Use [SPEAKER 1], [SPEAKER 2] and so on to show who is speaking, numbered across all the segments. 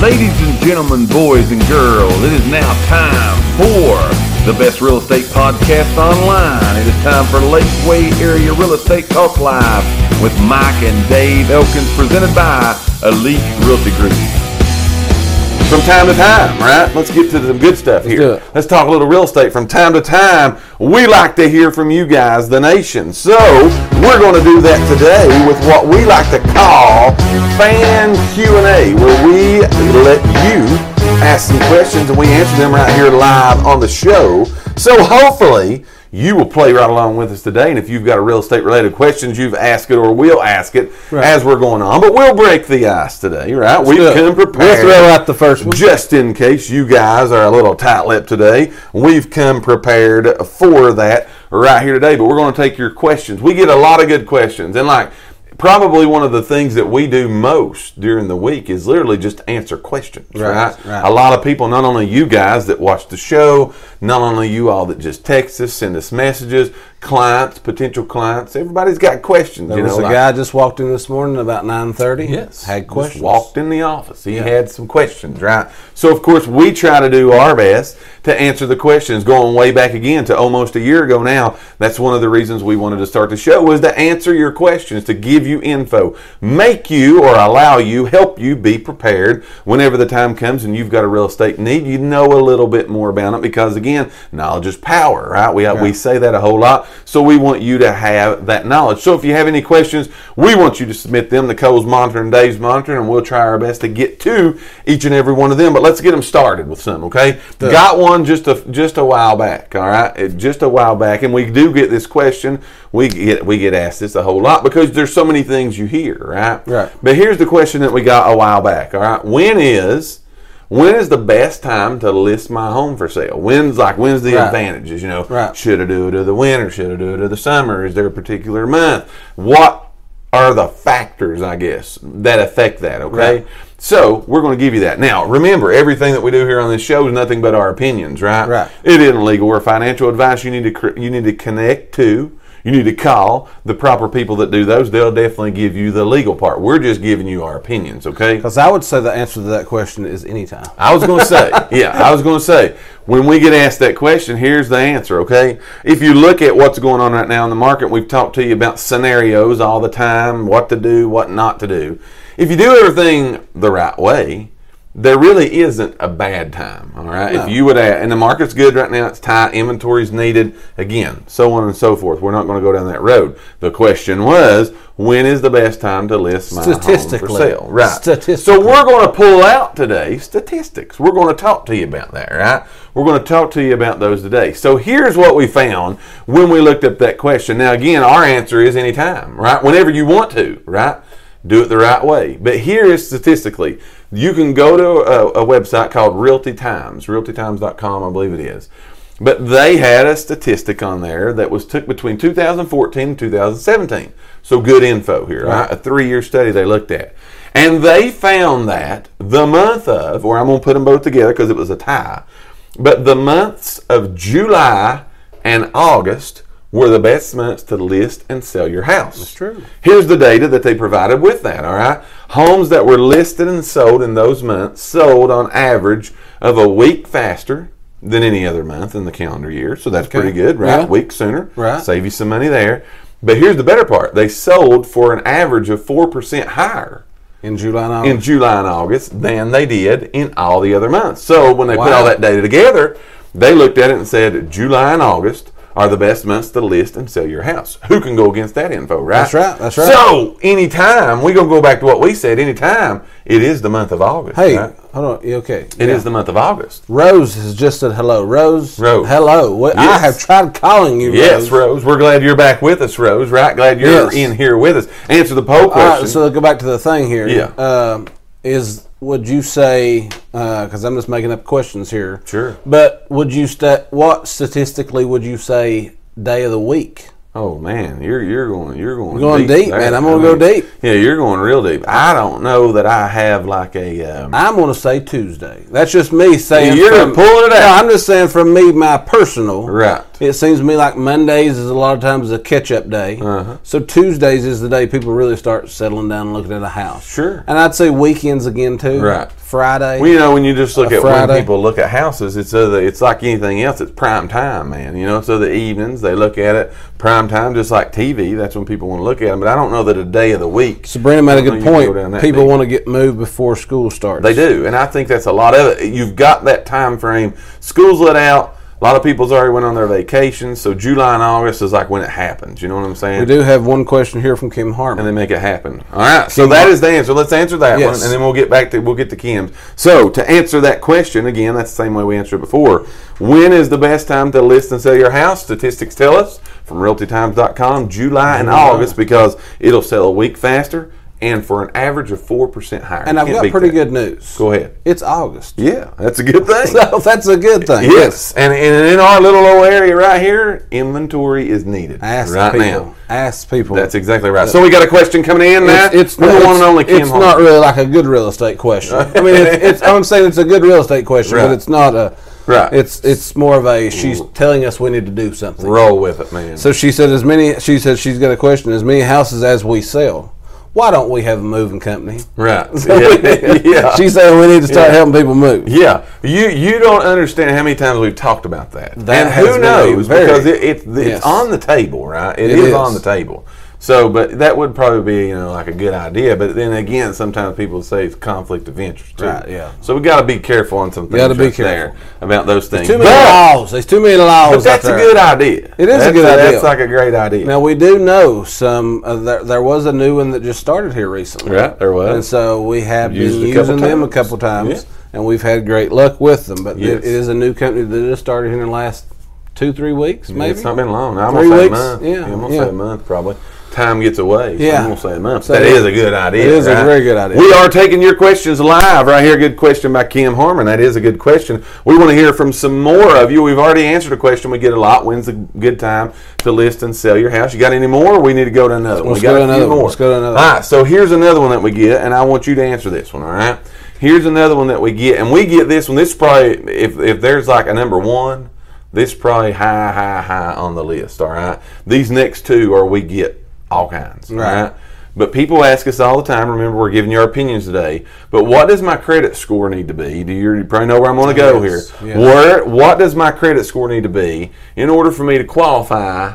[SPEAKER 1] Ladies and gentlemen, boys and girls, it is now time for the best real estate podcast online. It is time for Lakeway Area Real Estate Talk Live with Mike and Dave Elkins, presented by Elite Realty Group. From time to time, right? Let's get to some good stuff here.
[SPEAKER 2] do it.
[SPEAKER 1] Let's talk a little real estate. From time to time, we like to hear from you guys, the nation. So we're going to do that today with what we like to call fan Q and A, where we let you ask some questions and we answer them right here live on the show. So hopefully. You will play right along with us today, and if you've got a real estate related questions, you've asked it or will ask it
[SPEAKER 2] Right.
[SPEAKER 1] as we're going on. But we'll break the ice today, right? We've
[SPEAKER 2] do it.
[SPEAKER 1] come
[SPEAKER 2] We'll
[SPEAKER 1] prepared.
[SPEAKER 2] throw out the first one.
[SPEAKER 1] Just in case you guys are a little tight lipped today, we've come prepared for that right here today. But we're going to take your questions. We get a lot of good questions. And, like, probably one of the things that we do most during the week is literally just answer questions, right?
[SPEAKER 2] Right, right.
[SPEAKER 1] A lot of people, not only you guys that watch the show, not only you all that just text us, send us messages, clients, potential clients, everybody's got questions.
[SPEAKER 2] There
[SPEAKER 1] you
[SPEAKER 2] was
[SPEAKER 1] know,
[SPEAKER 2] a
[SPEAKER 1] like-
[SPEAKER 2] guy just walked in this morning about nine thirty.
[SPEAKER 1] Yes.
[SPEAKER 2] had
[SPEAKER 1] Just
[SPEAKER 2] questions.
[SPEAKER 1] walked in the office. He had some questions, right? So, of course, we try to do our best to answer the questions going way back again to almost a year ago now. That's one of the reasons we wanted to start the show was to answer your questions, to give you info, make you or allow you, help you be prepared whenever the time comes and you've got a real estate need. You know a little bit more about it because, again, knowledge is power, right? We, uh, we say that a whole lot. So we want you to have that knowledge. So if you have any questions, we want you to submit them to Cole's Monitor and Dave's Monitor, and we'll try our best to get to each and every one of them. But let's get them started with some, okay? Got one just a just a while back, all right? It- Just a while back, and we do get this question. We get we get asked this a whole lot because there's so many things you hear, right?
[SPEAKER 2] Right.
[SPEAKER 1] But here's the question that we got a while back, all right? When is when is the best time to list my home for sale? When's like when's the
[SPEAKER 2] Right.
[SPEAKER 1] advantages? You know,
[SPEAKER 2] Right.
[SPEAKER 1] should I do it in the winter? Should I do it in the summer? Is there a particular month? What are the factors, I guess, that affect that? Okay.
[SPEAKER 2] Right.
[SPEAKER 1] So we're going to give you that. Now, remember, everything that we do here on this show is nothing but our opinions, right?
[SPEAKER 2] Right.
[SPEAKER 1] It isn't legal or financial advice. You need to cr- you need to connect to. You need to call the proper people that do those. They'll definitely give you the legal part. We're just giving you our opinions, okay?
[SPEAKER 2] Because I would say the answer to that question is anytime.
[SPEAKER 1] I was going to say, yeah, I was going to say, when we get asked that question, here's the answer, okay? If you look at what's going on right now in the market, we've talked to you about scenarios all the time, what to do, what not to do. If you do everything the right way, there really isn't a bad time, all right? If you would, add, and the market's good right now, it's tight, inventory's needed, again, so on and so forth. We're not going to go down that road. The question was, when is the best time to list my home for
[SPEAKER 2] Statistically.
[SPEAKER 1] sale? Right.
[SPEAKER 2] Statistically.
[SPEAKER 1] So we're going to pull out today statistics. We're going to talk to you about that, right? We're going to talk to you about those today. So here's what we found when we looked up that question. Now, again, our answer is anytime, right? Whenever you want to, right? Do it the right way. But here is statistically, you can go to a, a website called Realty Times, realtytimes.com, I believe it is. But they had a statistic on there that was took between 2014 and 2017. So good info here, right? A three-year study they looked at, and they found that the month of, or I'm gonna put them both together because it was a tie, but the months of July and August were the best months to list and sell your house. That's
[SPEAKER 2] true.
[SPEAKER 1] Here's the data that they provided with that, all right? Homes that were listed and sold in those months sold on average of a week faster than any other month in the calendar year. So that's pretty good, right?
[SPEAKER 2] Yeah.
[SPEAKER 1] Week sooner.
[SPEAKER 2] Right.
[SPEAKER 1] Save you some money there. But here's the better part they sold for an average of 4% higher
[SPEAKER 2] In July and August.
[SPEAKER 1] in July and August than they did in all the other months. So when they put
[SPEAKER 2] Wow.
[SPEAKER 1] all that data together, they looked at it and said July and August are the best months to list and sell your house. Who can go against that info, right?
[SPEAKER 2] That's right, that's right.
[SPEAKER 1] So anytime we're gonna go back to what we said, anytime it is the month of August.
[SPEAKER 2] hey,
[SPEAKER 1] right?
[SPEAKER 2] hold on. You okay?
[SPEAKER 1] it is the month of August.
[SPEAKER 2] Rose has just said hello. Rose.
[SPEAKER 1] Rose.
[SPEAKER 2] Hello. What, I
[SPEAKER 1] Yes.
[SPEAKER 2] have tried calling you.
[SPEAKER 1] Yes,
[SPEAKER 2] Rose.
[SPEAKER 1] Rose. We're glad you're back with us, Rose. Right? Glad you're
[SPEAKER 2] Yes.
[SPEAKER 1] in here with us. Answer the poll
[SPEAKER 2] All
[SPEAKER 1] question.
[SPEAKER 2] right. So go back to the thing here.
[SPEAKER 1] Yeah.
[SPEAKER 2] Um, is would you say? Because I'm just making up questions here.
[SPEAKER 1] Sure.
[SPEAKER 2] But would you sta What statistically would you say day of the week?
[SPEAKER 1] Oh man, you're you're going you're going
[SPEAKER 2] going deep,
[SPEAKER 1] there.
[SPEAKER 2] man. I'm gonna go deep.
[SPEAKER 1] Yeah, you're going real deep. I don't know that I have like a. Um,
[SPEAKER 2] I'm going to say Tuesday. That's just me saying.
[SPEAKER 1] You're
[SPEAKER 2] from-
[SPEAKER 1] pulling it out.
[SPEAKER 2] No, I'm just saying from me, my personal.
[SPEAKER 1] Right.
[SPEAKER 2] It seems to me like Mondays is a lot of times a catch up day.
[SPEAKER 1] Uh-huh.
[SPEAKER 2] So Tuesdays is the day people really start settling down and looking at a house.
[SPEAKER 1] Sure.
[SPEAKER 2] And I'd say weekends again too.
[SPEAKER 1] Right.
[SPEAKER 2] Friday.
[SPEAKER 1] Well, you know, when you just look
[SPEAKER 2] A
[SPEAKER 1] at when
[SPEAKER 2] Friday.
[SPEAKER 1] people look at houses, it's other, it's like anything else. It's prime time, man. You know, so the evenings they look at it prime time, just like TV. That's when people want to look at them. But I don't know that a day of the week
[SPEAKER 2] Sabrina made a good
[SPEAKER 1] You can go
[SPEAKER 2] point.
[SPEAKER 1] down that
[SPEAKER 2] People
[SPEAKER 1] deep.
[SPEAKER 2] want to get moved before school starts.
[SPEAKER 1] They do, and I think that's a lot of it. You've got that time frame. School's let out. A lot of people's already went on their vacations, so July and August is like when it happens. You know what I'm saying?
[SPEAKER 2] We do have one question here from Kim Harmon.
[SPEAKER 1] And they make it happen. All right. So that is the answer. Let's answer that
[SPEAKER 2] Yes.
[SPEAKER 1] one, and then we'll get back to we'll get to Kim's. So to answer that question again, that's the same way we answered it before. When is the best time to list and sell your house? Statistics tell us from RealtyTimes.com, July and August, because it'll sell a week faster and for an average of four percent higher.
[SPEAKER 2] and
[SPEAKER 1] You
[SPEAKER 2] I've
[SPEAKER 1] can't
[SPEAKER 2] got
[SPEAKER 1] beat
[SPEAKER 2] pretty
[SPEAKER 1] that.
[SPEAKER 2] good news.
[SPEAKER 1] Go ahead.
[SPEAKER 2] It's August.
[SPEAKER 1] Yeah, that's a good thing.
[SPEAKER 2] So that's a good thing.
[SPEAKER 1] Yes, and, and in our little old area right here, inventory is needed
[SPEAKER 2] Ask
[SPEAKER 1] right
[SPEAKER 2] people.
[SPEAKER 1] now.
[SPEAKER 2] Ask people.
[SPEAKER 1] That's exactly right. So we got a question coming in now.
[SPEAKER 2] Uh, it's, it's
[SPEAKER 1] from the
[SPEAKER 2] not-
[SPEAKER 1] one and only Kim
[SPEAKER 2] It's
[SPEAKER 1] Hall.
[SPEAKER 2] not really like a good real estate question. I mean, it's, it's, I'm saying it's a good real estate question,
[SPEAKER 1] Right.
[SPEAKER 2] but it's not a.
[SPEAKER 1] Right.
[SPEAKER 2] It's it's more of a she's telling us we need to do something.
[SPEAKER 1] Roll with it, man.
[SPEAKER 2] So she said as many. She said she's got a question as many houses as we sell. Why don't we have a moving company?
[SPEAKER 1] right. Yeah. yeah.
[SPEAKER 2] She's saying we need to start
[SPEAKER 1] Yeah.
[SPEAKER 2] helping people move.
[SPEAKER 1] Yeah. you you don't understand how many times we've talked about that.
[SPEAKER 2] That
[SPEAKER 1] and
[SPEAKER 2] has
[SPEAKER 1] who
[SPEAKER 2] been
[SPEAKER 1] knows?
[SPEAKER 2] a very-
[SPEAKER 1] because it, it, it's
[SPEAKER 2] Yes.
[SPEAKER 1] on the table, right?
[SPEAKER 2] It
[SPEAKER 1] is,
[SPEAKER 2] is.
[SPEAKER 1] on the table. So, but that would probably be you know like a good idea. But then again, sometimes people say it's conflict of interest too.
[SPEAKER 2] Right, yeah.
[SPEAKER 1] So we got to be careful on some things.
[SPEAKER 2] Gotta be
[SPEAKER 1] right there about those things.
[SPEAKER 2] Too many
[SPEAKER 1] But-
[SPEAKER 2] laws. There's too many laws.
[SPEAKER 1] But
[SPEAKER 2] out
[SPEAKER 1] that's a
[SPEAKER 2] there.
[SPEAKER 1] good idea.
[SPEAKER 2] It is a
[SPEAKER 1] That's
[SPEAKER 2] good idea.
[SPEAKER 1] That's like a great idea.
[SPEAKER 2] Now we do know some. Uh, there, there was a new one that just started here recently.
[SPEAKER 1] Yeah, there was.
[SPEAKER 2] And so we have
[SPEAKER 1] Used
[SPEAKER 2] been
[SPEAKER 1] it a couple
[SPEAKER 2] using them a
[SPEAKER 1] times.
[SPEAKER 2] couple times,
[SPEAKER 1] Yeah.
[SPEAKER 2] and we've had great luck with them. But
[SPEAKER 1] Yes.
[SPEAKER 2] it, it is a new company that just started here in the last two, three weeks, maybe.
[SPEAKER 1] It's not been long. I'm gonna
[SPEAKER 2] Three
[SPEAKER 1] say a
[SPEAKER 2] weeks?
[SPEAKER 1] month.
[SPEAKER 2] Yeah,
[SPEAKER 1] I'm gonna
[SPEAKER 2] yeah.
[SPEAKER 1] say a month probably. Time gets away. So
[SPEAKER 2] Yeah.
[SPEAKER 1] I'm gonna say a month.
[SPEAKER 2] So
[SPEAKER 1] that
[SPEAKER 2] it-
[SPEAKER 1] is a good idea.
[SPEAKER 2] it is a
[SPEAKER 1] right?
[SPEAKER 2] very good idea.
[SPEAKER 1] We are taking your questions live right here. Good question by Kim Harmon. That is a good question. We want to hear from some more of you. We've already answered a question we get a lot. When's a good time to list and sell your house? You got any more? We need to go to another. one.
[SPEAKER 2] Let's
[SPEAKER 1] we got
[SPEAKER 2] go to
[SPEAKER 1] a few
[SPEAKER 2] another one.
[SPEAKER 1] more.
[SPEAKER 2] Let's go to another
[SPEAKER 1] All right. So here's another one that we get, and I want you to answer this one. All right. Here's another one that we get, and we get this one. This is probably if if there's like a number one, this is probably high, high, high on the list. All right. These next two are we get all kinds. All
[SPEAKER 2] Right.
[SPEAKER 1] right. But people ask us all the time. Remember, we're giving you our opinions today. But what does my credit score need to be? Do you, you probably know where I'm going to go
[SPEAKER 2] Yes,
[SPEAKER 1] here?
[SPEAKER 2] yes.
[SPEAKER 1] Where? What does my credit score need to be in order for me to qualify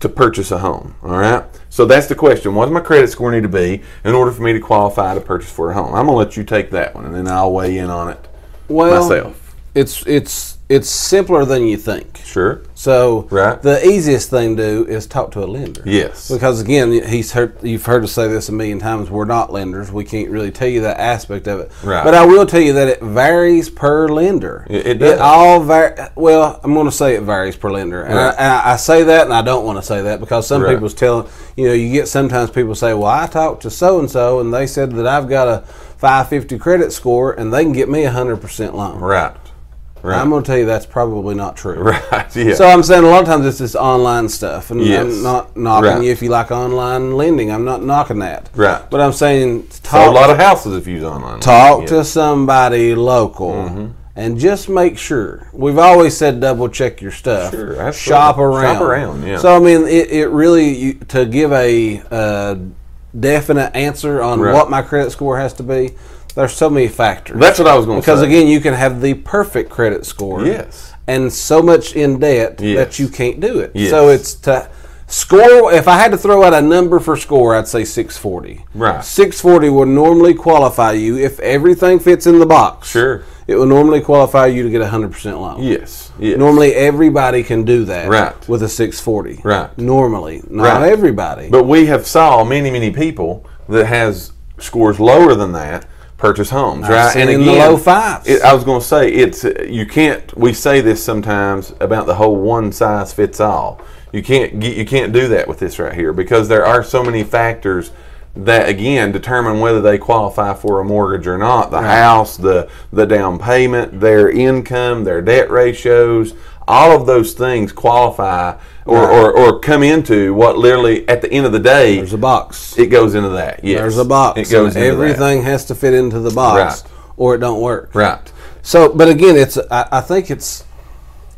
[SPEAKER 1] to purchase a home. All right. So that's the question. What does my credit score need to be in order for me to qualify to purchase for a home? I'm gonna let you take that one, and then I'll weigh in on it
[SPEAKER 2] well,
[SPEAKER 1] myself.
[SPEAKER 2] It's it's it's simpler than you think.
[SPEAKER 1] Sure.
[SPEAKER 2] So
[SPEAKER 1] Right.
[SPEAKER 2] the easiest thing to do is talk to a lender.
[SPEAKER 1] Yes.
[SPEAKER 2] Because again, he's heard you've heard us say this a million times. We're not lenders. We can't really tell you that aspect of it.
[SPEAKER 1] Right.
[SPEAKER 2] But I will tell you that it varies per lender.
[SPEAKER 1] It- it does.
[SPEAKER 2] all var- Well, I'm going to say it varies per lender, and,
[SPEAKER 1] Right.
[SPEAKER 2] I, and I- I say that, and I don't want to say that because some
[SPEAKER 1] Right.
[SPEAKER 2] people's telling. You know, you get sometimes people say, "Well, I talked to so and so, and they said that I've got a 550 credit score, and they can get me a hundred percent loan."
[SPEAKER 1] Right. Right.
[SPEAKER 2] I'm going to tell you that's probably not true.
[SPEAKER 1] right. Yeah.
[SPEAKER 2] So I'm saying a lot of times it's this online stuff, and
[SPEAKER 1] Yes.
[SPEAKER 2] I'm not knocking
[SPEAKER 1] Right.
[SPEAKER 2] you if you like online lending. I'm not knocking that.
[SPEAKER 1] Right.
[SPEAKER 2] But I'm saying
[SPEAKER 1] So
[SPEAKER 2] talk,
[SPEAKER 1] a lot of houses if you use online.
[SPEAKER 2] uh, talk
[SPEAKER 1] Yeah. Mm-hmm.
[SPEAKER 2] to somebody local. And just make sure. We've always said double check your stuff.
[SPEAKER 1] Sure, absolutely.
[SPEAKER 2] Shop around.
[SPEAKER 1] Shop around, yeah.
[SPEAKER 2] So I mean, it, it really you, to give a uh, definite answer on
[SPEAKER 1] Right.
[SPEAKER 2] what my credit score has to be. There's so many factors.
[SPEAKER 1] That's what I was going to say.
[SPEAKER 2] Because again, you can have the perfect credit score.
[SPEAKER 1] Yes.
[SPEAKER 2] And so much in debt
[SPEAKER 1] Yes.
[SPEAKER 2] that you can't do it.
[SPEAKER 1] Yes.
[SPEAKER 2] So it's to score. If I had to throw out a number for score, I'd say 640.
[SPEAKER 1] Right.
[SPEAKER 2] 640 would normally qualify you if everything fits in the box.
[SPEAKER 1] Sure.
[SPEAKER 2] It would normally qualify you to get a 100% loan.
[SPEAKER 1] yes. Yes.
[SPEAKER 2] Normally, everybody can do that
[SPEAKER 1] Right.
[SPEAKER 2] with a 640.
[SPEAKER 1] Right.
[SPEAKER 2] Normally, not
[SPEAKER 1] Right.
[SPEAKER 2] everybody.
[SPEAKER 1] But we have saw many, many people that has scores lower than that purchase homes, right?
[SPEAKER 2] seen the low fives.
[SPEAKER 1] it- I was going to say it's you can't. We say this sometimes about the whole one size fits all. You can't get, you can't do that with this right here because there are so many factors that again determine whether they qualify for a mortgage or not. The house, the the down payment, their income, their debt ratios, all of those things qualify or, or, or come into what literally at the end of the day
[SPEAKER 2] There's a box.
[SPEAKER 1] it goes into that. Yes.
[SPEAKER 2] There's a box.
[SPEAKER 1] It goes
[SPEAKER 2] and
[SPEAKER 1] into that.
[SPEAKER 2] everything has to fit into the box,
[SPEAKER 1] Right.
[SPEAKER 2] or it don't work.
[SPEAKER 1] Right.
[SPEAKER 2] So, but again, it's I, I think it's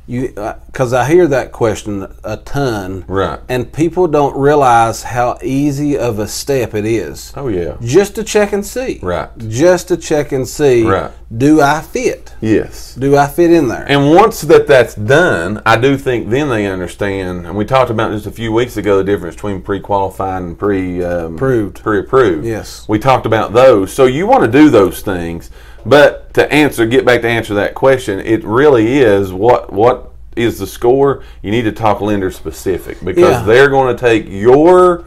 [SPEAKER 2] you because I hear that question a ton,
[SPEAKER 1] Right.
[SPEAKER 2] And people don't realize how easy of a step it is.
[SPEAKER 1] Oh, yeah.
[SPEAKER 2] just to check and see,
[SPEAKER 1] Right.
[SPEAKER 2] Just to check and see,
[SPEAKER 1] Right.
[SPEAKER 2] Do I fit?
[SPEAKER 1] Yes.
[SPEAKER 2] Do I fit in there?
[SPEAKER 1] And once that that's done, I do think then they understand. And we talked about just a few weeks ago the difference between pre-qualified and pre um,
[SPEAKER 2] Approved.
[SPEAKER 1] pre-approved.
[SPEAKER 2] Yes.
[SPEAKER 1] we talked about those. So you want to do those things, but to answer, get back to answer that question, it really is what what is the score? You need to talk lender specific because
[SPEAKER 2] Yeah.
[SPEAKER 1] they're going to take your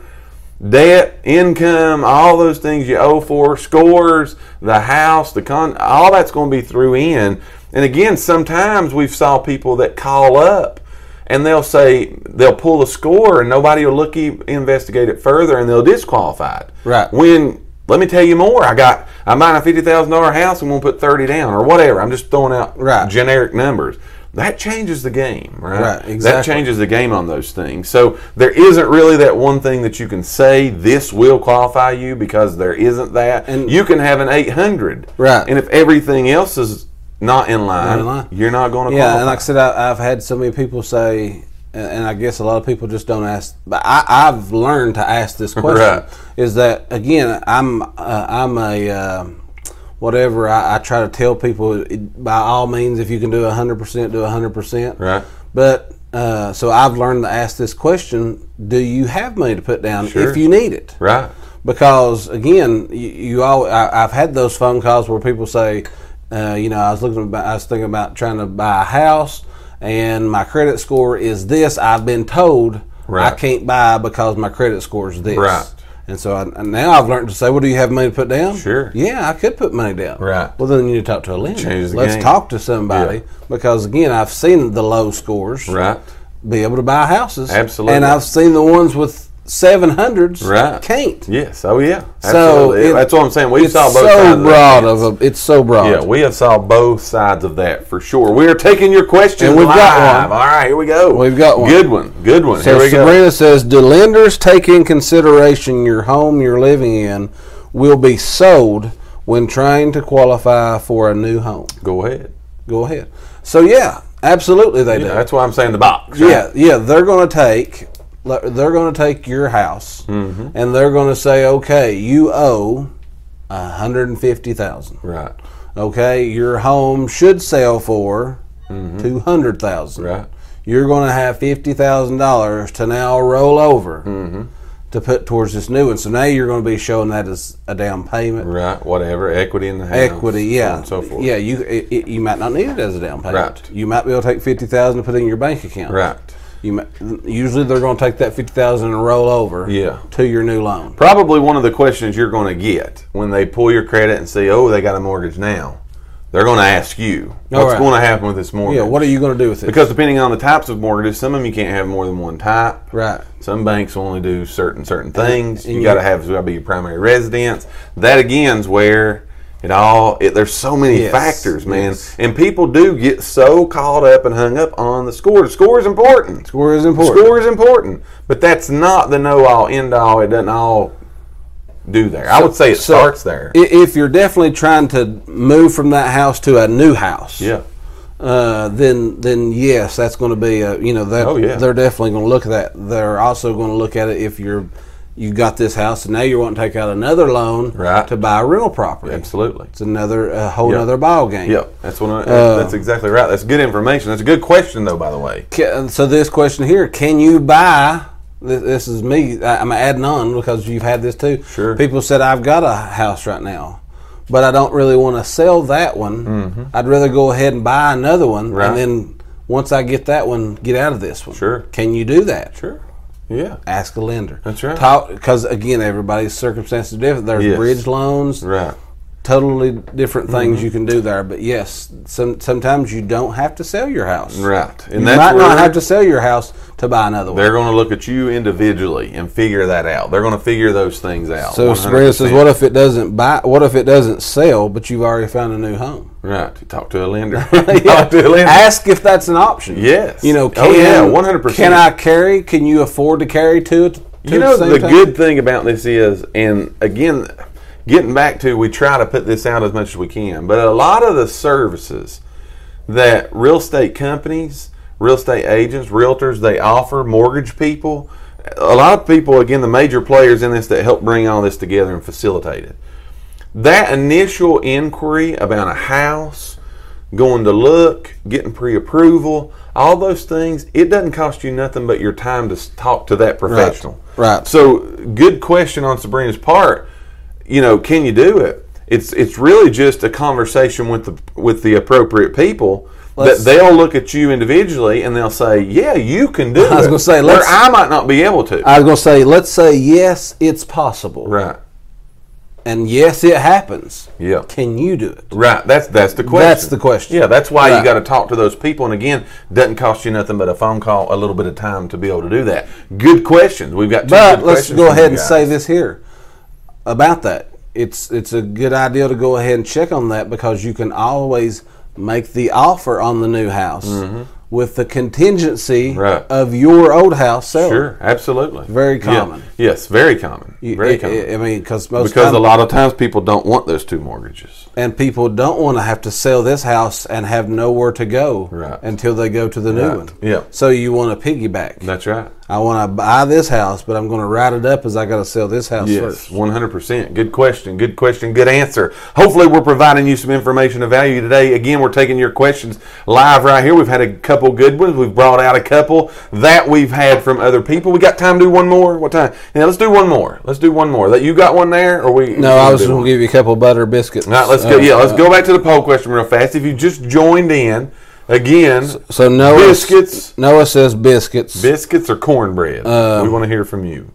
[SPEAKER 1] debt, income, all those things you owe for, scores, the house, the con, all that's going to be through in. And again, sometimes we've saw people that call up and they'll say they'll pull a score and nobody will look e- investigate it further and they'll disqualify it.
[SPEAKER 2] Right.
[SPEAKER 1] When let me tell you more. I got I'm buying a fifty thousand dollar house and we'll put thirty down or whatever. I'm just throwing out
[SPEAKER 2] Right.
[SPEAKER 1] generic numbers. That changes the game, right?
[SPEAKER 2] Right,
[SPEAKER 1] That
[SPEAKER 2] exactly.
[SPEAKER 1] changes the game on those things. So there isn't really that one thing that you can say this will qualify you because there isn't that.
[SPEAKER 2] And-
[SPEAKER 1] you can have an 800,
[SPEAKER 2] Right.
[SPEAKER 1] And if everything else is not in line,
[SPEAKER 2] in line.
[SPEAKER 1] you're not going to
[SPEAKER 2] Yeah,
[SPEAKER 1] qualify.
[SPEAKER 2] and like I said, I, I've had so many people say, and, and I guess a lot of people just don't ask. But I, I've learned to ask this question.
[SPEAKER 1] Right.
[SPEAKER 2] Is that again? I'm uh, I'm a uh, whatever. I, I try to tell people it, by all means, if you can do hundred percent, do hundred percent.
[SPEAKER 1] Right.
[SPEAKER 2] But uh, so I've learned to ask this question: Do you have money to put down
[SPEAKER 1] Sure.
[SPEAKER 2] if you need it?
[SPEAKER 1] right?
[SPEAKER 2] because again, you, you all I, I've had those phone calls where people say, uh, you know, I was looking about, I was thinking about trying to buy a house, and my credit score is this. I've been told
[SPEAKER 1] Right.
[SPEAKER 2] I can't buy because my credit score is this.
[SPEAKER 1] Right.
[SPEAKER 2] And so I, and now I've learned to say, "Well, do you have money to put down?"
[SPEAKER 1] Sure.
[SPEAKER 2] Yeah, I could put money down.
[SPEAKER 1] Right.
[SPEAKER 2] Well, then you need to talk to a lender.
[SPEAKER 1] Changes the
[SPEAKER 2] Let's
[SPEAKER 1] game.
[SPEAKER 2] talk to somebody
[SPEAKER 1] Yeah.
[SPEAKER 2] because again, I've seen the low scores.
[SPEAKER 1] Right.
[SPEAKER 2] Be able to buy houses.
[SPEAKER 1] Absolutely.
[SPEAKER 2] And I've seen the ones with seven hundreds.
[SPEAKER 1] Right.
[SPEAKER 2] Can't.
[SPEAKER 1] Yes. Oh yeah.
[SPEAKER 2] So
[SPEAKER 1] Absolutely.
[SPEAKER 2] it-
[SPEAKER 1] that's what I'm saying. We
[SPEAKER 2] it's
[SPEAKER 1] saw both
[SPEAKER 2] so
[SPEAKER 1] sides of that.
[SPEAKER 2] broad of a. It's so broad.
[SPEAKER 1] Yeah, we have saw both sides of that for sure. We are taking your questions.
[SPEAKER 2] And we've got
[SPEAKER 1] live.
[SPEAKER 2] one.
[SPEAKER 1] All right, here we go.
[SPEAKER 2] We've got one.
[SPEAKER 1] Good one. Good one.
[SPEAKER 2] so
[SPEAKER 1] here we go.
[SPEAKER 2] Sabrina says, do lenders take in consideration your home you're living in will be sold when trying to qualify for a new home?
[SPEAKER 1] Go ahead.
[SPEAKER 2] Go ahead. So yeah, absolutely they do.
[SPEAKER 1] Yeah, that's why I'm saying the box. right?
[SPEAKER 2] yeah, yeah, they're going to take they're going to take your house
[SPEAKER 1] Mm-hmm.
[SPEAKER 2] and they're going to say, okay, you owe a hundred and fifty thousand.
[SPEAKER 1] Right.
[SPEAKER 2] Okay, your home should sell for hundred thousand.
[SPEAKER 1] Mm-hmm. Right.
[SPEAKER 2] You're going to have fifty thousand dollars to now roll over
[SPEAKER 1] Mm-hmm.
[SPEAKER 2] to put towards this new one. So now you're going to be showing that as a down payment,
[SPEAKER 1] Right. Whatever. Equity in the house.
[SPEAKER 2] equity. Yeah,
[SPEAKER 1] And so forth.
[SPEAKER 2] Yeah, you it, it- you might not need it as a down payment.
[SPEAKER 1] Right.
[SPEAKER 2] You might be able to take fifty thousand to put in your bank account.
[SPEAKER 1] Right.
[SPEAKER 2] You might, usually they're going to take that fifty thousand and roll over.
[SPEAKER 1] Yeah.
[SPEAKER 2] To your new loan.
[SPEAKER 1] Probably one of the questions you're going to get when they pull your credit and say, "Oh, they got a mortgage now," they're going to ask you,
[SPEAKER 2] All
[SPEAKER 1] "What's
[SPEAKER 2] right.
[SPEAKER 1] going to happen with this mortgage?"
[SPEAKER 2] Yeah. What are you going to do with it?
[SPEAKER 1] Because depending on the types of mortgages, some of them you can't have more than one type.
[SPEAKER 2] Right.
[SPEAKER 1] Some banks only do certain certain things.
[SPEAKER 2] and
[SPEAKER 1] you
[SPEAKER 2] you-
[SPEAKER 1] got to have got to be your primary residence. That again's where it all. It, there's so many
[SPEAKER 2] Yes,
[SPEAKER 1] factors, man,
[SPEAKER 2] yes.
[SPEAKER 1] and people do get so caught up and hung up on the score. The score is important.
[SPEAKER 2] score is important.
[SPEAKER 1] Score is important, but that's not the know all end all. It doesn't all do there. I would say it
[SPEAKER 2] so-
[SPEAKER 1] starts there.
[SPEAKER 2] I- if you're definitely trying to move from that house to a new house,
[SPEAKER 1] yeah.
[SPEAKER 2] uh, then then yes, that's going to be a, you know that
[SPEAKER 1] Oh, yeah.
[SPEAKER 2] they're definitely going to look at that. They're also going to look at it if you're you got this house and now you want to take out another loan
[SPEAKER 1] Right.
[SPEAKER 2] to buy a rental property.
[SPEAKER 1] Absolutely.
[SPEAKER 2] It's another a whole
[SPEAKER 1] Yeah.
[SPEAKER 2] other ball game.
[SPEAKER 1] Yeah, that's one. Of,
[SPEAKER 2] Uh,
[SPEAKER 1] that's exactly right. That's good information. That's a good question, though. By the way,
[SPEAKER 2] Ca- So this question here: Can you buy? This, this is me. I- I'm adding on because you've had this too.
[SPEAKER 1] Sure.
[SPEAKER 2] People said I've got a house right now, but I don't really want to sell that one. I'd rather go ahead and buy another one,
[SPEAKER 1] Mm-hmm. Right.
[SPEAKER 2] and then once I get that one, get out of this one.
[SPEAKER 1] Sure.
[SPEAKER 2] Can you do that?
[SPEAKER 1] sure. Yeah.
[SPEAKER 2] Ask a lender.
[SPEAKER 1] That's right.
[SPEAKER 2] Because again, everybody's circumstances are different. There's
[SPEAKER 1] Yes.
[SPEAKER 2] bridge loans,
[SPEAKER 1] Right. Mm-hmm.
[SPEAKER 2] totally different things you can do there. But yes, some sometimes you don't have to sell your house.
[SPEAKER 1] Right. And
[SPEAKER 2] You
[SPEAKER 1] that's
[SPEAKER 2] might
[SPEAKER 1] where
[SPEAKER 2] not have to sell your house to buy another one.
[SPEAKER 1] they're going to look at you individually and figure that out. They're going to figure those things out.
[SPEAKER 2] So
[SPEAKER 1] 100%.
[SPEAKER 2] Sabrina says, "What if it doesn't buy? What if it doesn't sell? But you've already found a new home.
[SPEAKER 1] Right. Talk to a lender. Talk to a lender.
[SPEAKER 2] Ask if that's an option.
[SPEAKER 1] Yes.
[SPEAKER 2] You know,
[SPEAKER 1] Oh,
[SPEAKER 2] can,
[SPEAKER 1] yeah, 100%.
[SPEAKER 2] Can I carry? Can you afford to carry two? at- two
[SPEAKER 1] you
[SPEAKER 2] at
[SPEAKER 1] know
[SPEAKER 2] same
[SPEAKER 1] the
[SPEAKER 2] time?
[SPEAKER 1] good thing about this is and again getting back to we try to put this out as much as we can but a lot of the services that real estate companies real estate agents, realtors, they offer, mortgage people. A lot of people, again, the major players in this that help bring all this together and facilitate it. That initial inquiry about a house, going to look, getting pre approval, all those things, it doesn't cost you nothing but your time to s- talk to that professional.
[SPEAKER 2] Right.
[SPEAKER 1] So, good question on Sabrina's part. You know, can you do it? It's it's really just a conversation with the with the appropriate people
[SPEAKER 2] Let's-
[SPEAKER 1] that they'll look at you individually and they'll say, "Yeah, you can do it."
[SPEAKER 2] was gonna say,
[SPEAKER 1] where
[SPEAKER 2] let's-
[SPEAKER 1] I might not be able to.
[SPEAKER 2] I was going to say, let's say, yes, it's possible.
[SPEAKER 1] right.
[SPEAKER 2] And yes, it happens.
[SPEAKER 1] Yeah.
[SPEAKER 2] Can you do it?
[SPEAKER 1] Right. That's that's the question.
[SPEAKER 2] That's the question.
[SPEAKER 1] Yeah, that's why you
[SPEAKER 2] Right.
[SPEAKER 1] got to talk to those people. And again, doesn't cost you nothing but a phone call, a little bit of time to be able to do that. Good questions. We've got. Two
[SPEAKER 2] But
[SPEAKER 1] good
[SPEAKER 2] let's
[SPEAKER 1] questions
[SPEAKER 2] go
[SPEAKER 1] from you
[SPEAKER 2] ahead and
[SPEAKER 1] guys.
[SPEAKER 2] say this here about that. It's it's a good idea to go ahead and check on that because you can always make the offer on the new house with the contingency
[SPEAKER 1] Mm-hmm. Right.
[SPEAKER 2] of your old house selling.
[SPEAKER 1] Sure, absolutely.
[SPEAKER 2] Very
[SPEAKER 1] Yeah.
[SPEAKER 2] common.
[SPEAKER 1] Yes, very common.
[SPEAKER 2] You-
[SPEAKER 1] very
[SPEAKER 2] I-
[SPEAKER 1] common.
[SPEAKER 2] I, I mean, because most
[SPEAKER 1] because
[SPEAKER 2] time,
[SPEAKER 1] a lot of times people don't want those two mortgages.
[SPEAKER 2] and people don't want to have to sell this house and have nowhere to go
[SPEAKER 1] Right.
[SPEAKER 2] until they go to the new
[SPEAKER 1] Right.
[SPEAKER 2] one.
[SPEAKER 1] Yeah.
[SPEAKER 2] So you want to piggyback.
[SPEAKER 1] That's right.
[SPEAKER 2] I want to buy this house, but I'm going to write it up as I got to sell this house
[SPEAKER 1] Yes,
[SPEAKER 2] first.
[SPEAKER 1] one hundred percent. Good question. Good question. Good answer. Hopefully, we're providing you some information of value today. Again, we're taking your questions live right here. We've had a couple good ones. We've brought out a couple that we've had from other people. We got time to do one more. What time? Yeah, let's do one more. Let's do one more. That you got one there, or we?
[SPEAKER 2] No, I was
[SPEAKER 1] do
[SPEAKER 2] just
[SPEAKER 1] one?
[SPEAKER 2] going to give you a couple butter biscuits. Uh,
[SPEAKER 1] All right, let's go. Yeah, let's go back to the poll question real fast. If you just joined in, again,
[SPEAKER 2] So Noah
[SPEAKER 1] Biscuits.
[SPEAKER 2] Noah says biscuits.
[SPEAKER 1] biscuits or cornbread.
[SPEAKER 2] Um,
[SPEAKER 1] we want to hear from you.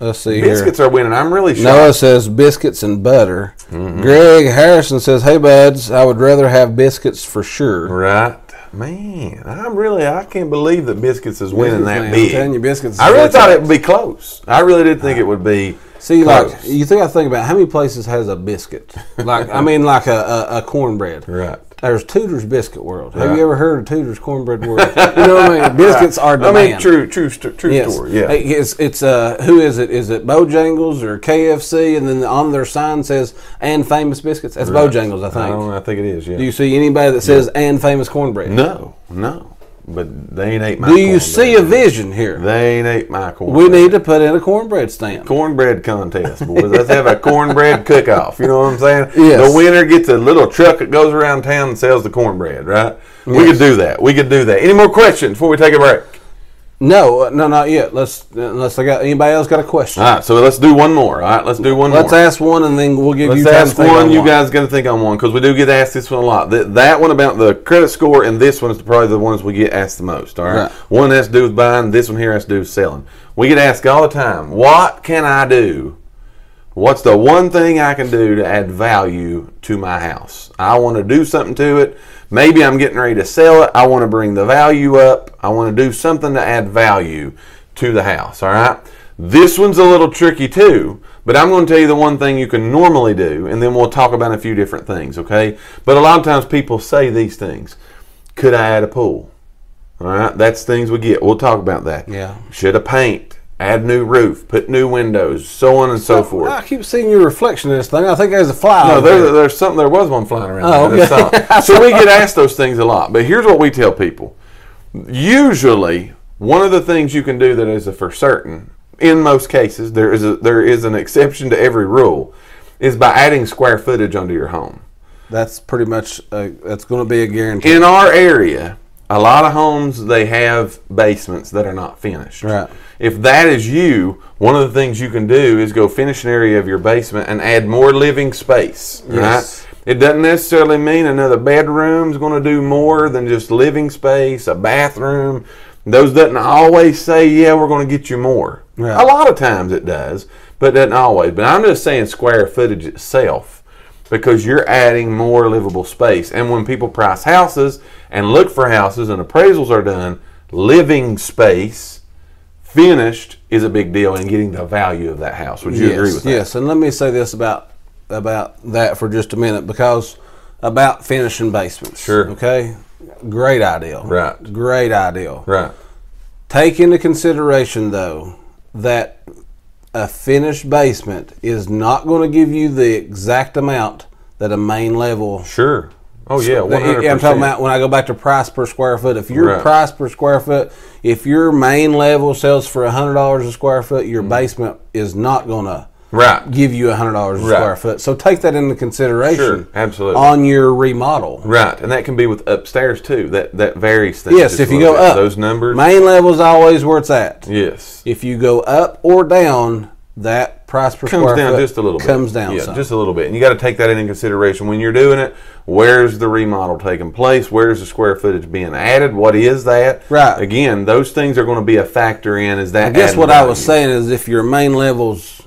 [SPEAKER 2] Let's see
[SPEAKER 1] Biscuits are winning. I'm really
[SPEAKER 2] here.
[SPEAKER 1] shocked.
[SPEAKER 2] Noah says biscuits and butter.
[SPEAKER 1] Mm-hmm.
[SPEAKER 2] Greg Harrison says, "Hey buds, I would rather have biscuits for sure."
[SPEAKER 1] Right. Man, I'm really I can't believe that biscuits is winning that
[SPEAKER 2] man, I'm
[SPEAKER 1] big.
[SPEAKER 2] telling you, Biscuits is
[SPEAKER 1] I really
[SPEAKER 2] winning.
[SPEAKER 1] thought it would be close. I really did think it would be.
[SPEAKER 2] See, like
[SPEAKER 1] close.
[SPEAKER 2] you think I think about how many places has a biscuit? Like I mean, like a, a, a cornbread.
[SPEAKER 1] Right.
[SPEAKER 2] There's Tudor's Biscuit World. Have
[SPEAKER 1] Right.
[SPEAKER 2] you ever heard of Tudor's Cornbread World? you know what I mean? Biscuits are
[SPEAKER 1] I
[SPEAKER 2] demand.
[SPEAKER 1] mean, true, true, st- true
[SPEAKER 2] Yes.
[SPEAKER 1] story. Yeah.
[SPEAKER 2] Hey, It's it's uh who is it? Is it Bojangles or KFC? And then on their sign says "and famous biscuits." That's Bojangles, I
[SPEAKER 1] I
[SPEAKER 2] think.
[SPEAKER 1] don't know. I think it is. Yeah.
[SPEAKER 2] Do you see anybody that says "and famous cornbread"?
[SPEAKER 1] Oh. no, no. But they ain't ate my.
[SPEAKER 2] Do you
[SPEAKER 1] cornbread.
[SPEAKER 2] see a vision here?
[SPEAKER 1] They ain't ate my cornbread.
[SPEAKER 2] we need to put in a cornbread stamp.
[SPEAKER 1] cornbread contest, boys. Let's have a cornbread cook-off. You know what I'm saying?
[SPEAKER 2] Yes.
[SPEAKER 1] The winner gets a little truck that goes around town and sells the cornbread. Right? We could do that. We could do that. Any more questions before we take a break?
[SPEAKER 2] No, uh, no, not yet. Let's unless I got anybody else got a question.
[SPEAKER 1] All right, so let's do one more. All right, let's do one more.
[SPEAKER 2] Let's ask one, and then we'll give
[SPEAKER 1] Let's
[SPEAKER 2] you time
[SPEAKER 1] ask
[SPEAKER 2] to think
[SPEAKER 1] one.
[SPEAKER 2] on
[SPEAKER 1] You guys got to think on one because we do get asked this one a lot. That, that one about the credit score and this one is probably the ones we get asked the most. All right?
[SPEAKER 2] Right.
[SPEAKER 1] one has to do with buying. This one here has to do with selling. We get asked all the time, "What can I do? What's the one thing I can do to add value to my house? I want to do something to it. Maybe I'm getting ready to sell it. I want to bring the value up. I want to do something to add value to the house. All right. This one's a little tricky too, but I'm going to tell you the one thing you can normally do, and then we'll talk about a few different things, okay? But a lot of times people say these things Could I add a pool? All right, that's things we get. We'll talk about that.
[SPEAKER 2] Yeah.
[SPEAKER 1] Should I paint? Add new roof, put new windows, so on and so forth.
[SPEAKER 2] I keep seeing your reflection in this thing. I think there's a fly.
[SPEAKER 1] No,
[SPEAKER 2] over
[SPEAKER 1] Oh, there,
[SPEAKER 2] there.
[SPEAKER 1] there's something. There was one flying around.
[SPEAKER 2] Oh,
[SPEAKER 1] there that
[SPEAKER 2] okay.
[SPEAKER 1] I saw. so we get asked those things a lot. But here's what we tell people: usually, one of the things you can do that is a for certain. In most cases, there is a, there is an exception to every rule, is by adding square footage onto your home.
[SPEAKER 2] That's pretty much. Uh, that's going to be a guarantee.
[SPEAKER 1] In our area, a lot of homes they have basements that are not finished.
[SPEAKER 2] Right.
[SPEAKER 1] If that is you, one of the things you can do is go finish an area of your basement and add more living space.
[SPEAKER 2] Yes.
[SPEAKER 1] Right? It doesn't necessarily mean another bedroom's going to do more than just living space, a bathroom. Those doesn't always say, yeah, we're going to get you more.
[SPEAKER 2] Right.
[SPEAKER 1] A lot of times it does, but doesn't always. But I'm just saying square footage itself because you're adding more livable space. And when people price houses and look for houses and appraisals are done, living space finished is a big deal in getting the value of that house. Would you
[SPEAKER 2] yes,
[SPEAKER 1] agree with that?
[SPEAKER 2] Yes, and let me say this about about that for just a minute because about finishing basements.
[SPEAKER 1] Sure.
[SPEAKER 2] Okay. Great idea.
[SPEAKER 1] Right.
[SPEAKER 2] Great idea.
[SPEAKER 1] Right.
[SPEAKER 2] Take into consideration though that a finished basement is not going to give you the exact amount that a main level
[SPEAKER 1] Sure. Oh yeah,
[SPEAKER 2] Yeah,
[SPEAKER 1] one hundred
[SPEAKER 2] I'm talking
[SPEAKER 1] percent.
[SPEAKER 2] about when I go back to price per square foot. If your
[SPEAKER 1] Right.
[SPEAKER 2] price per square foot, if your main level sells for hundred dollars a square foot,
[SPEAKER 1] Mm.
[SPEAKER 2] your basement is not gonna
[SPEAKER 1] Right.
[SPEAKER 2] give you hundred dollars a
[SPEAKER 1] Right.
[SPEAKER 2] square foot. So take that into consideration.
[SPEAKER 1] Sure, absolutely.
[SPEAKER 2] On your remodel.
[SPEAKER 1] Right, and that can be with upstairs too. That that varies. Things
[SPEAKER 2] Yes,
[SPEAKER 1] just
[SPEAKER 2] if
[SPEAKER 1] a
[SPEAKER 2] you
[SPEAKER 1] little
[SPEAKER 2] go
[SPEAKER 1] bit.
[SPEAKER 2] up,
[SPEAKER 1] those numbers.
[SPEAKER 2] Main level is always where it's at.
[SPEAKER 1] yes,
[SPEAKER 2] If you go up or down, that price per
[SPEAKER 1] comes
[SPEAKER 2] square
[SPEAKER 1] down
[SPEAKER 2] foot
[SPEAKER 1] just a little bit.
[SPEAKER 2] Comes down.
[SPEAKER 1] yeah,
[SPEAKER 2] some.
[SPEAKER 1] just a little bit, and you got to take that into consideration when you're doing it. Where's the remodel taking place? Where's the square footage being added? What is that?
[SPEAKER 2] Right.
[SPEAKER 1] Again, those things are going to be a factor in. Is that?
[SPEAKER 2] I guess
[SPEAKER 1] added
[SPEAKER 2] what I
[SPEAKER 1] value?
[SPEAKER 2] was saying is if your main levels,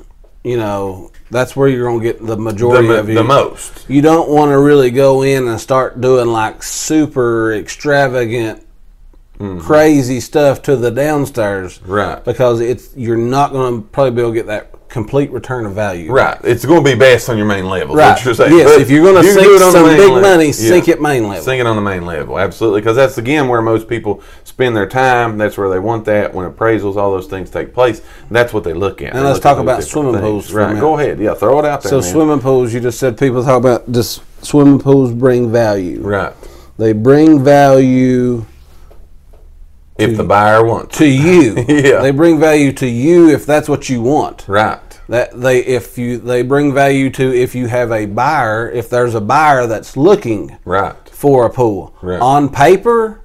[SPEAKER 2] you know, that's where you're going to get the
[SPEAKER 1] The,
[SPEAKER 2] majority
[SPEAKER 1] mo-
[SPEAKER 2] of you.
[SPEAKER 1] the most.
[SPEAKER 2] You don't want to really go in and start doing like super extravagant, crazy stuff to the downstairs,
[SPEAKER 1] Mm-hmm. Right.
[SPEAKER 2] Because it's you're not going to probably be able to get that complete return of value,
[SPEAKER 1] Right. It's going to be based on your main level.
[SPEAKER 2] Right.
[SPEAKER 1] What you're saying.
[SPEAKER 2] Yes,
[SPEAKER 1] But
[SPEAKER 2] if you're gonna
[SPEAKER 1] you can
[SPEAKER 2] sink
[SPEAKER 1] do it on the
[SPEAKER 2] some
[SPEAKER 1] main
[SPEAKER 2] big
[SPEAKER 1] level.
[SPEAKER 2] money, sink it main level.
[SPEAKER 1] Sink it on the main level, absolutely, because that's again where most people spend their time. That's where they want that. When appraisals, all those things take place, that's what they look at. They
[SPEAKER 2] let's
[SPEAKER 1] look at
[SPEAKER 2] talk
[SPEAKER 1] those
[SPEAKER 2] about
[SPEAKER 1] different
[SPEAKER 2] swimming
[SPEAKER 1] things.
[SPEAKER 2] pools for a
[SPEAKER 1] Right.
[SPEAKER 2] minute.
[SPEAKER 1] Go ahead. Yeah. Throw it out there.
[SPEAKER 2] So
[SPEAKER 1] man.
[SPEAKER 2] swimming pools, you just said people talk about just swimming pools bring value.
[SPEAKER 1] Right.
[SPEAKER 2] They bring value
[SPEAKER 1] If the buyer wants.
[SPEAKER 2] to you.
[SPEAKER 1] Yeah.
[SPEAKER 2] They bring value to you if that's what you want.
[SPEAKER 1] Right.
[SPEAKER 2] That they if you they bring value to if you have a buyer, if there's a buyer that's looking
[SPEAKER 1] Right.
[SPEAKER 2] for a pool.
[SPEAKER 1] Right. Uh-huh.
[SPEAKER 2] On paper,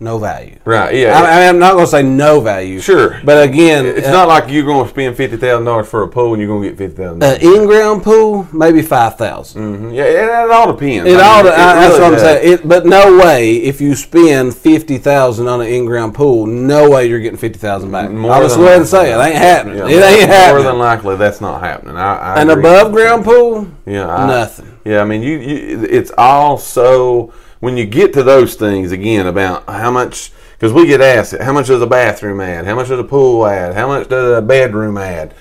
[SPEAKER 2] no value.
[SPEAKER 1] Right. Yeah.
[SPEAKER 2] I, I mean, I'm not going to say no value.
[SPEAKER 1] Sure.
[SPEAKER 2] But again,
[SPEAKER 1] it's
[SPEAKER 2] uh,
[SPEAKER 1] not like you're going to spend fifty thousand dollars for a pool and you're going to get fifty thousand.
[SPEAKER 2] an
[SPEAKER 1] dollars. Mm-hmm.
[SPEAKER 2] in-ground pool, maybe 5000
[SPEAKER 1] yeah. It, it all depends.
[SPEAKER 2] It
[SPEAKER 1] Mm, I
[SPEAKER 2] all,
[SPEAKER 1] mean,
[SPEAKER 2] I, that's
[SPEAKER 1] really
[SPEAKER 2] what I'm
[SPEAKER 1] does.
[SPEAKER 2] saying. It, but no way, if you spend fifty thousand on an in-ground pool, no way you're getting fifty thousand back.
[SPEAKER 1] More
[SPEAKER 2] I'll just
[SPEAKER 1] than
[SPEAKER 2] go ahead and
[SPEAKER 1] likely.
[SPEAKER 2] say it ain't happening.
[SPEAKER 1] Yeah,
[SPEAKER 2] it ain't
[SPEAKER 1] more
[SPEAKER 2] happening.
[SPEAKER 1] than likely, that's not happening. I, I
[SPEAKER 2] An
[SPEAKER 1] agree.
[SPEAKER 2] above ground pool?
[SPEAKER 1] Yeah, I-
[SPEAKER 2] Nothing.
[SPEAKER 1] Yeah, I mean, you, you it's all so when you get to those things again about how much because we get asked how much does a bathroom add, how much does a pool add, how much does a bedroom add.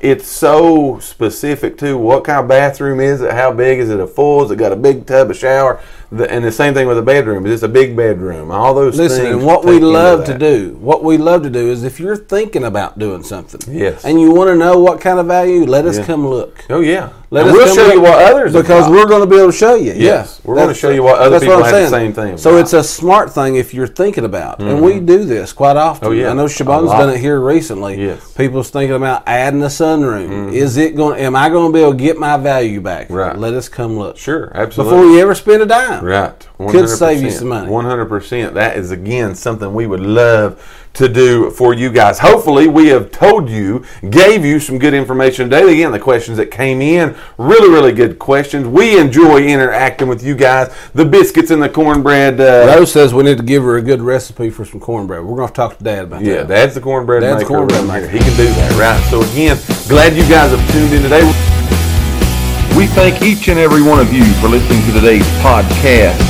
[SPEAKER 1] It's so specific to what kind of bathroom is it, how big is it, a full, is it got a big tub, a shower, the, and the same thing with a bedroom. Is it a big bedroom? All those
[SPEAKER 2] Listen,
[SPEAKER 1] things.
[SPEAKER 2] and what
[SPEAKER 1] take
[SPEAKER 2] we
[SPEAKER 1] into
[SPEAKER 2] love to
[SPEAKER 1] that.
[SPEAKER 2] do, what we love to do is if you're thinking about doing something
[SPEAKER 1] Yes.
[SPEAKER 2] and you want to know what kind of value, let us come look.
[SPEAKER 1] Oh yeah,
[SPEAKER 2] Let
[SPEAKER 1] And
[SPEAKER 2] us
[SPEAKER 1] we'll
[SPEAKER 2] come
[SPEAKER 1] show
[SPEAKER 2] look
[SPEAKER 1] you what others have
[SPEAKER 2] because
[SPEAKER 1] got.
[SPEAKER 2] we're going to be able to show you. Yes,
[SPEAKER 1] we're gonna show you what other people have the same thing
[SPEAKER 2] So
[SPEAKER 1] about.
[SPEAKER 2] it's a smart thing if you're thinking about, and we do this quite often.
[SPEAKER 1] Oh, yeah.
[SPEAKER 2] I know
[SPEAKER 1] A
[SPEAKER 2] Shaban's
[SPEAKER 1] lot.
[SPEAKER 2] done it here recently.
[SPEAKER 1] Yes. Mm-hmm.
[SPEAKER 2] people's thinking about adding a sunroom. Is it going? Am I going to be able to get my value back?
[SPEAKER 1] Right.
[SPEAKER 2] Let us come look
[SPEAKER 1] sure, absolutely.
[SPEAKER 2] before you ever spend a dime.
[SPEAKER 1] Right.
[SPEAKER 2] Could save you some money.
[SPEAKER 1] One hundred percent. That is again something we would love to do for you guys. Hopefully, we have told you, gave you some good information today. Again, the questions that came in, really, really good questions. We enjoy interacting with you guys. The biscuits and the cornbread. Uh,
[SPEAKER 2] Rose says we need to give her a good recipe for some cornbread. We're going to talk to Dad about
[SPEAKER 1] yeah,
[SPEAKER 2] that.
[SPEAKER 1] that's the cornbread
[SPEAKER 2] That's
[SPEAKER 1] maker.
[SPEAKER 2] cornbread
[SPEAKER 1] right
[SPEAKER 2] maker.
[SPEAKER 1] here. He can do that, right? So again, glad you guys have tuned in today. We thank each and every one of you for listening to today's podcast.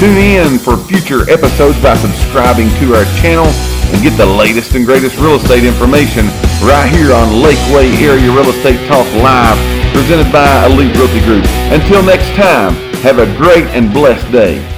[SPEAKER 1] Tune in for future episodes by subscribing to our channel and get the latest and greatest real estate information right here on Lakeway Area Real Estate Talk Live, presented by Elite Realty Group. Until next time, have a great and blessed day.